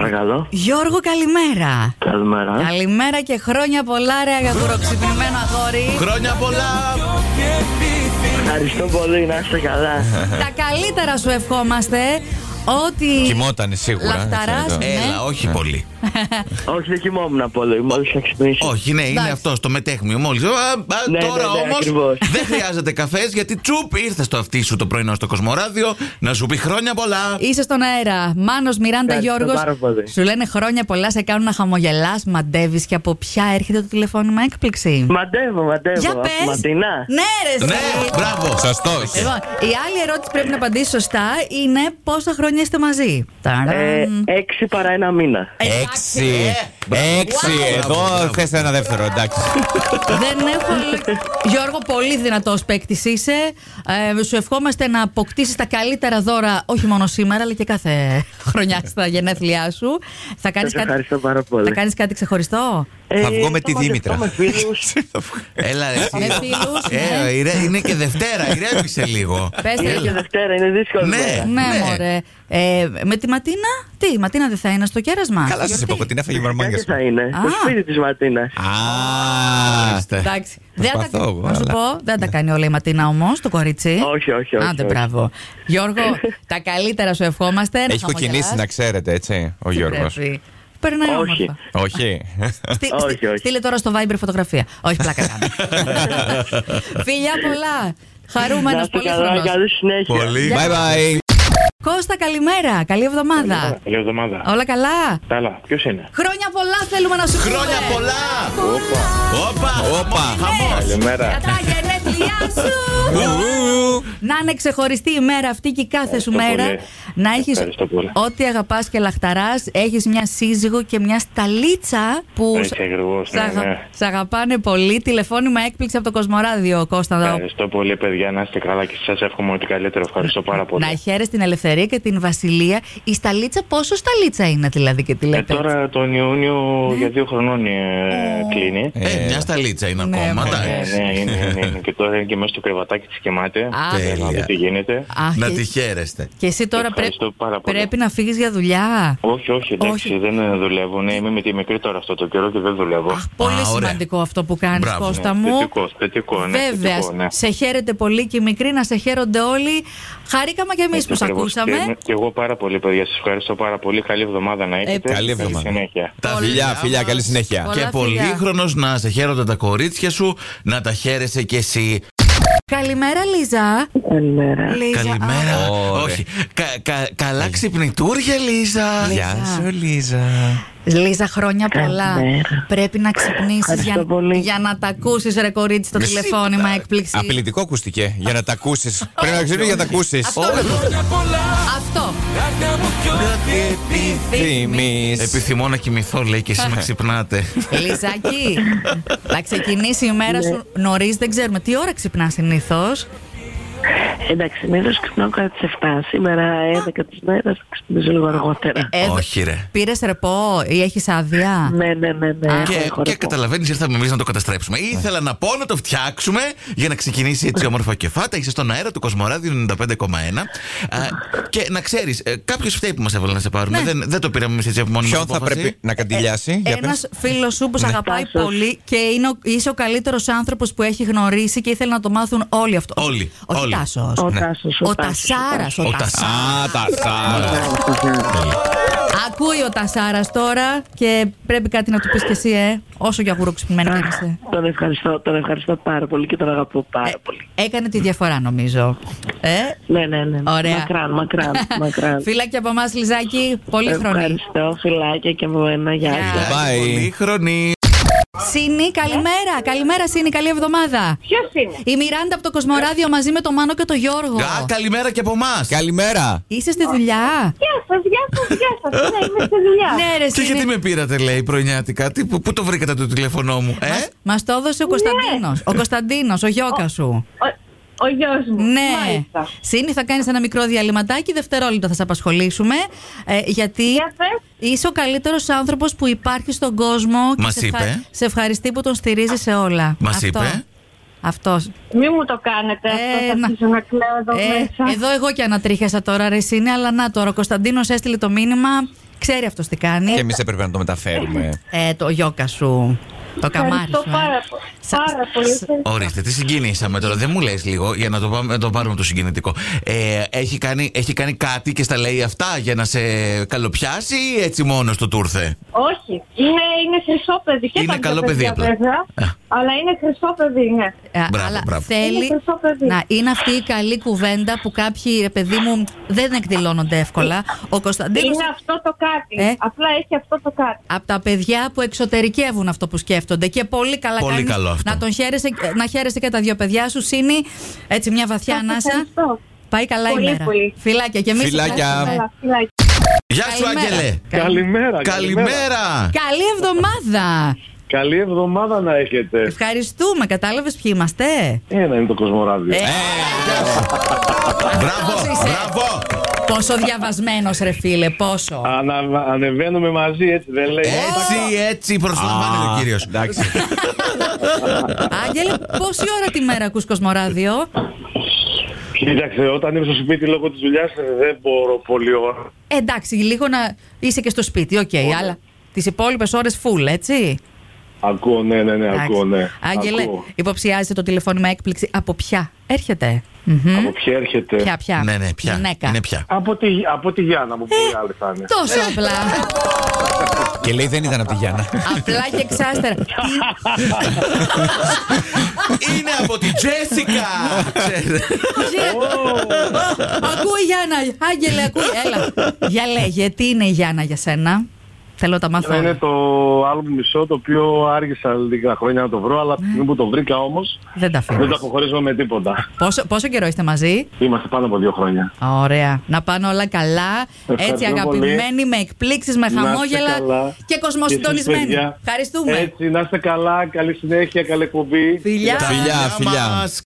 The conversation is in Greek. Παρακαλώ. Γιώργο, καλημέρα. Καλημέρα. Καλημέρα και χρόνια πολλά, ρε αγαπητό ξυπνημένο αγόρι. Χρόνια πολλά! Ευχαριστώ πολύ, να είστε καλά. Τα καλύτερα σου ευχόμαστε. Ότι. Κοιμότανε σίγουρα. Λαχταράς, έτσι, εδώ. ναι. Έλα, όχι πολύ. Όχι, δεν κοιμόμουν πολύ, μόλι θα ξυπνήσω. όχι, ναι, είναι Εντάξει. αυτό το μετέχνιο. Μόλι. Ναι, Τώρα ναι, ναι, όμως ακριβώς. δεν χρειάζεται καφές γιατί τσουπ ήρθες στο αυτί σου το πρωινό στο Κοσμοράδιο να σου πει χρόνια πολλά. Είσαι στον αέρα. Μάνος, Μιράντα, Ευχαριστώ Γιώργος πάρα πολύ. Σου λένε χρόνια πολλά, σε κάνουν να χαμογελάς, μαντεύεις και από ποια έρχεται το τηλεφώνημα έκπληξη. Μαντεύω, μαντεύω. Για από πες. Ματινά. Ναι, ρε, ναι, εσύ. μπράβο. Σωστός. Λοιπόν, η άλλη ερώτηση που πρέπει να απαντήσει σωστά είναι πόσα χρόνια είστε μαζί. Ταραν. Ε, έξι παρά ένα μήνα. Έξι. Έξι. Wow. Εδώ Μπράβο, θε ένα δεύτερο, εντάξει. Δεν έχω. άλλο- Γιώργο, πολύ δυνατός παίκτη είσαι. Ε, σου ευχόμαστε να αποκτήσεις τα καλύτερα δώρα, όχι μόνο σήμερα, αλλά και κάθε χρονιά στα γενέθλιά σου. Θα κάνεις Σας κάτι. ευχαριστώ πάρα πολύ. Ε, Θα κάνεις κάτι ξεχωριστό. Θα βγω με τη Δήμητρα. Με φίλους. Έλα, ρε. εσύ. Με φίλους, Ε, ναι. ηρε- είναι και Δευτέρα, ηρέμησε λίγο. Πες, Είναι και Έλα. Δευτέρα, είναι δύσκολο. Ναι. μέρα. Ναι, Ναι. μωρέ. Ε, με τη Ματίνα, τι, η Ματίνα δεν θα είναι στο κέρασμα. Καλά σας είπα, Κωτίνα, φύγει η Κάτι μαρμάγκα σου. θα είναι. Α. Το σπίτι της Ματίνας. Α, Εντάξει. Δεν τα, Προσπαθώ εγώ, να σου αλλά- Ναι. πω, δεν τα κάνει όλα η Ματίνα όμως, το κορίτσι. Όχι, όχι, όχι, Άντε, όχι. μπράβο. Γιώργο, τα καλύτερα σου ευχόμαστε. να Έχει κοκκινήσει, χαμογελάς. να ξέρετε, έτσι, ο Τι Γιώργος. πρέπει. Περνάει Όχι. όμορφα. Όχι. Στι- Όχι, στι- όχι. Στείλε τώρα στο Viber φωτογραφία. Όχι, πλάκα κάνω. Φιλιά πολλά. Να Χαρούμενος, είστε πολύ καλά, καλή συνέχεια. Πολύ. Bye bye. Κώστα, καλημέρα. Καλή εβδομάδα. Καλή εβδομάδα. Όλα καλά. Καλά, ποιος είναι. Χρόνια πολλά θέλουμε να σου πούμε. Χρόνια πολλά! Όπα! Όπα. Χαμός. Καλημέρα. Για τα γενέθλιά σου. Να είναι ξεχωριστή η μέρα αυτή και η κάθε σου Ευχαριστώ μέρα. πολύ. Να έχεις Ευχαριστώ πολύ. ό,τι αγαπάς και λαχταράς. Έχεις μια σύζυγο και μια σταλίτσα που Έτσι σ- ακριβώς, σ' ναι, αγα- ναι. σ' αγαπάνε πολύ. Τηλεφώνημα έκπληξη από το Κοσμοράδιο, Κώστα. Ευχαριστώ Ε, πολύ, παιδιά. Να είστε καλά και σας εύχομαι ότι καλύτερο. Ευχαριστώ πάρα πολύ. Να χαίρεσαι την ελευθερία και την βασιλεία. Η σταλίτσα, πόσο σταλίτσα είναι δηλαδή και τη Ε, λέτε. έτσι? τώρα τον Ιούνιο Ναι. για δύο χρονών ε, κλείνει. Ε, μια σταλίτσα είναι Ναι, ακόμα. ναι. Ναι, εντάξει. ναι, είναι, είναι, είναι. Και τώρα είναι και μέσα στο κρεβατάκι της κοιμάται. Α, Να τέλεια. δει τι γίνεται. Αχ, Να και- τη χαίρεστε. Και εσύ τώρα πρέπει, Ευχαριστώ πάρα πολύ. πρέπει να φύγεις για δουλειά. Όχι, όχι, εντάξει, Όχι. δεν ε, δουλεύω. Ναι, είμαι με τη μικρή τώρα αυτό το καιρό και δεν δουλεύω. Αχ, πολύ Α, ωραία. σημαντικό αυτό που κάνεις Μπράβο. Κώστα Ναι, μου. θετικό, θετικό, ναι, Βέβαια, θετικό, ναι. σε χαίρεται πολύ και οι μικροί, να σε χαίρονται όλοι. Χαρήκαμε και εμείς που σε Ε, Ακριβώς. ακούσαμε. Ε, Και- Και εγώ πάρα πολύ, παιδιά. Σας ευχαριστώ πάρα πολύ. Καλή εβδομάδα να έχετε. καλή εβδομάδα. συνέχεια. Τα Πολλά Φιλιά, φιλιά, μας. καλή συνέχεια. Πολλά Και φιλιά. πολύχρονος να σε χαίρονται τα κορίτσια σου, να τα χαίρεσαι κι εσύ. Καλημέρα, Λίζα. Καλημέρα. Λίζα, α, Καλημέρα. Ωραία. Όχι. Κα- κα- Καλά ξυπνητούρια, Λίζα. Γεια σου, Λίζα. Λίζα, χρόνια πολλά. Καλημέρα. Πρέπει να ξυπνήσεις Ευχαριστώ για, πολύ. για να τα ακούσεις, ρε κορίτσι, το τηλεφώνημα έκπληξης. Απειλητικό ακούστηκε για να τα ακούσεις. Πρέπει να ξέρεις για να τα ακούσεις. Αυτό. Αυτό. Θυμή. Επιθυμώ να κοιμηθώ, λέει, και εσύ με ξυπνάτε. Λιζάκι, να ξεκινήσει η μέρα σου Ναι. νωρίς, δεν ξέρουμε τι ώρα ξυπνάς συνήθως. Εντάξει, συνήθω ξυπνάω κατά τι 7. Σήμερα 11 τη μέρα ξυπνήσω λίγο αργότερα. Ε, Όχι, ρε. Πήρες ρεπό ή έχεις άδεια. Ναι, ναι, ναι, ναι. Α. έχω- Και, έχω και ρεπό. καταλαβαίνεις, ήρθαμε εμείς να το καταστρέψουμε. Ναι. Ήθελα να πω να το φτιάξουμε για να ξεκινήσει έτσι όμορφα και φάτα. Είσαι στον αέρα του Κοσμοράδιου 95,1. Α, και να ξέρεις, κάποιος φταίει που μας έβαλε να σε πάρουμε. Ναι. Δεν, δεν το πήραμε εμείς έτσι από μόνοι Ποιον μας θα απόφαση. πρέπει να καντιλιάσει. για Ένας πες. φίλος σου που σε Ναι. αγαπάει Τάσος. πολύ και είναι ο, είσαι ο καλύτερος άνθρωπος που έχει γνωρίσει και ήθελε να το μάθουν όλοι αυτό. Όλοι, Όχι όλοι. Τάσο. Ο ναι. Τάσος, ο Ο Τάσος, Τασάρας. Ο Ο Τασάρας. Α, τα σάρα. Ακούει ο Τασάρας τώρα και πρέπει κάτι να του πεις και εσύ, ε. Όσο για γουροξυπημένη και αν είσαι. Τον ευχαριστώ, τον ευχαριστώ πάρα πολύ και τον αγαπώ πάρα Ε. πολύ. Έκανε τη διαφορά, νομίζω. Ε, Ναι, ναι, ναι. ωραία. Μακράν, μακράν, μακράν. Φιλάκια από εμάς, Λιζάκη. Πολύ χρόνο. Ευχαριστώ, φιλάκια και από μένα. Γεια Γεια. σας. Bye. Πολύχρονη. Σίνη, καλημέρα. Καλημέρα, Σίνη. Καλή εβδομάδα. Ποιος είναι. Η Μιράντα από το Κοσμοράδιο μαζί με τον Μάνο και τον Γιώργο. Α, καλημέρα και από εμάς. Καλημέρα. Είσαι στη δουλειά. Γεια σας, γεια σας, γεια σας. Ναι, είμαι στη δουλειά. Ναι, ρε, Και Σίνη. γιατί με πήρατε, λέει, πρωινιάτικα. Τι, πού, πού το βρήκατε το τηλέφωνό μου, ε? Μας το έδωσε ο Κωνσταντίνος. Ο Κωνσταντίνος, ο γιώκα σου. Ναι. Ο- Ο γιος μου. Ναι. Μάλιστα. Σύνη, θα κάνεις ένα μικρό διαλυματάκι. Δευτερόλεπτα θα σε απασχολήσουμε. ε, γιατί Για πες. είσαι ο καλύτερος άνθρωπος που υπάρχει στον κόσμο. και Μας σε, ευχα- είπε. σε ευχαριστεί που τον στηρίζει σε όλα. Μας Αυτό. είπε. Αυτός. Μη μου το κάνετε αυτό. Ε, Θα να- αρχίσω να κλαίω εδώ Ε, μέσα. εδώ εγώ και ανατρίχιασα τώρα, ρε Σίνη, αλλά να τώρα. Ο Κωνσταντίνος έστειλε το μήνυμα. Ξέρει αυτός τι κάνει. Και εμείς έπρεπε να το μεταφέρουμε. Ε, το γιόκα σου. Το καμάρι Ευχαριστώ σου. ε. πάρα, πο- Σα- πάρα πολύ. Ορίστε, τι συγκινήσαμε τώρα. Δεν μου λες λίγο για να το, πάμε, το πάρουμε το συγκινητικό. Ε, έχει, κάνει, έχει κάνει κάτι και στα λέει αυτά για να σε καλοπιάσει ή έτσι μόνος του τούρθε. Όχι, είναι, είναι χρυσό παιδί. Και Είναι τα δύο καλό παιδί παιδιά, απλά. βέβαια, Ε. Αλλά είναι χρυσό παιδί, ναι. Ε, Μπράβο, αλλά μπράβο. θέλει Είναι χρυσό παιδί. να είναι αυτή η καλή κουβέντα που κάποιοι, ρε παιδί μου, δεν εκδηλώνονται εύκολα. Ο Κωνσταντίνος Είναι αυτό το κάτι. Ε. Απλά έχει αυτό το κάτι. από τα παιδιά που εξωτερικεύουν αυτό που σκέφτονται και πολύ καλά Πολύ κάνεις καλό αυτό. να, τον χαίρεσαι, να χαίρεσαι και τα δύο παιδιά σου Σύνη, έτσι μια βαθιά Σας ανάσα ευχαριστώ. Πάει καλά Πολύ, η μέρα πολύ. Φιλάκια και εμείς Φιλάκια. ευχαριστούμε. Καλά, φιλάκια. Γεια σου, Καλημέρα. Άγγελε. Καλημέρα. Καλημέρα. Καλή εβδομάδα Καλή εβδομάδα να έχετε. Ευχαριστούμε, κατάλαβες ποιοι είμαστε Ένα είναι το Κοσμοράδιο. Ε, Μπράβο, Καλώς είσαι. μπράβο. Πόσο διαβασμένος ρε φίλε, πόσο Ανα, ανεβαίνουμε μαζί, έτσι δεν λέει. Ε. Έτσι, έτσι προσλαμβάνεται ο κύριος. Εντάξει. Άγγελε, πόση ώρα τη μέρα ακούς Κοσμοράδιο Κοίταξε, όταν είμαι στο σπίτι λόγω της δουλειάς δεν μπορώ πολύ ώρα. Ε, Εντάξει, λίγο να είσαι και στο σπίτι, οκ, αλλά τις υπόλοιπες ώρες full, έτσι Ακούω, ναι, ναι, ναι, Εντάξει. ακούω, ναι. Άγγελε, Ακούω. υποψιάζεται το τηλεφώνημα έκπληξη. Από ποια έρχεται. Μμμ. Από ποια έρχεται. Ποια, ποια. Ναι, ναι, πια. Γυναίκα. Είναι πια. Από τη, από τη Γιάννα μου, πολύ άλλη θα είναι. Τόσο απλά. Και λέει δεν ήταν από τη Γιάννα. απλά και εξάστερα. Είναι από την Τζέσικα. Ξέρετε. ακούει η Γιάννα. Άγγελε, ακούει. Έλα. Για λέγε, τι είναι η Γιάννα για σένα. Θέλω να τα μάθω. Αυτό είναι το άλλο μου μισό το οποίο άργησα λίγα χρόνια να το βρω, αλλά από τη στιγμή που το βρήκα όμως Δεν τα αφήνω. δεν το αποχωρίζουμε με τίποτα. Πόσο, πόσο καιρό είστε μαζί. Είμαστε πάνω από δύο χρόνια. Ωραία. Να πάνε όλα καλά. Έτσι Ευχαριστώ πολύ. αγαπημένοι, με εκπλήξεις, με Να είστε χαμόγελα καλά. και Και κοσμοσυντονισμένοι. εσείς, παιδιά. Ευχαριστούμε. Έτσι, να είστε καλά, καλή συνέχεια, καλή εκπομπή. Φιλιά. Τα Φιλιά, φιλιά. μας.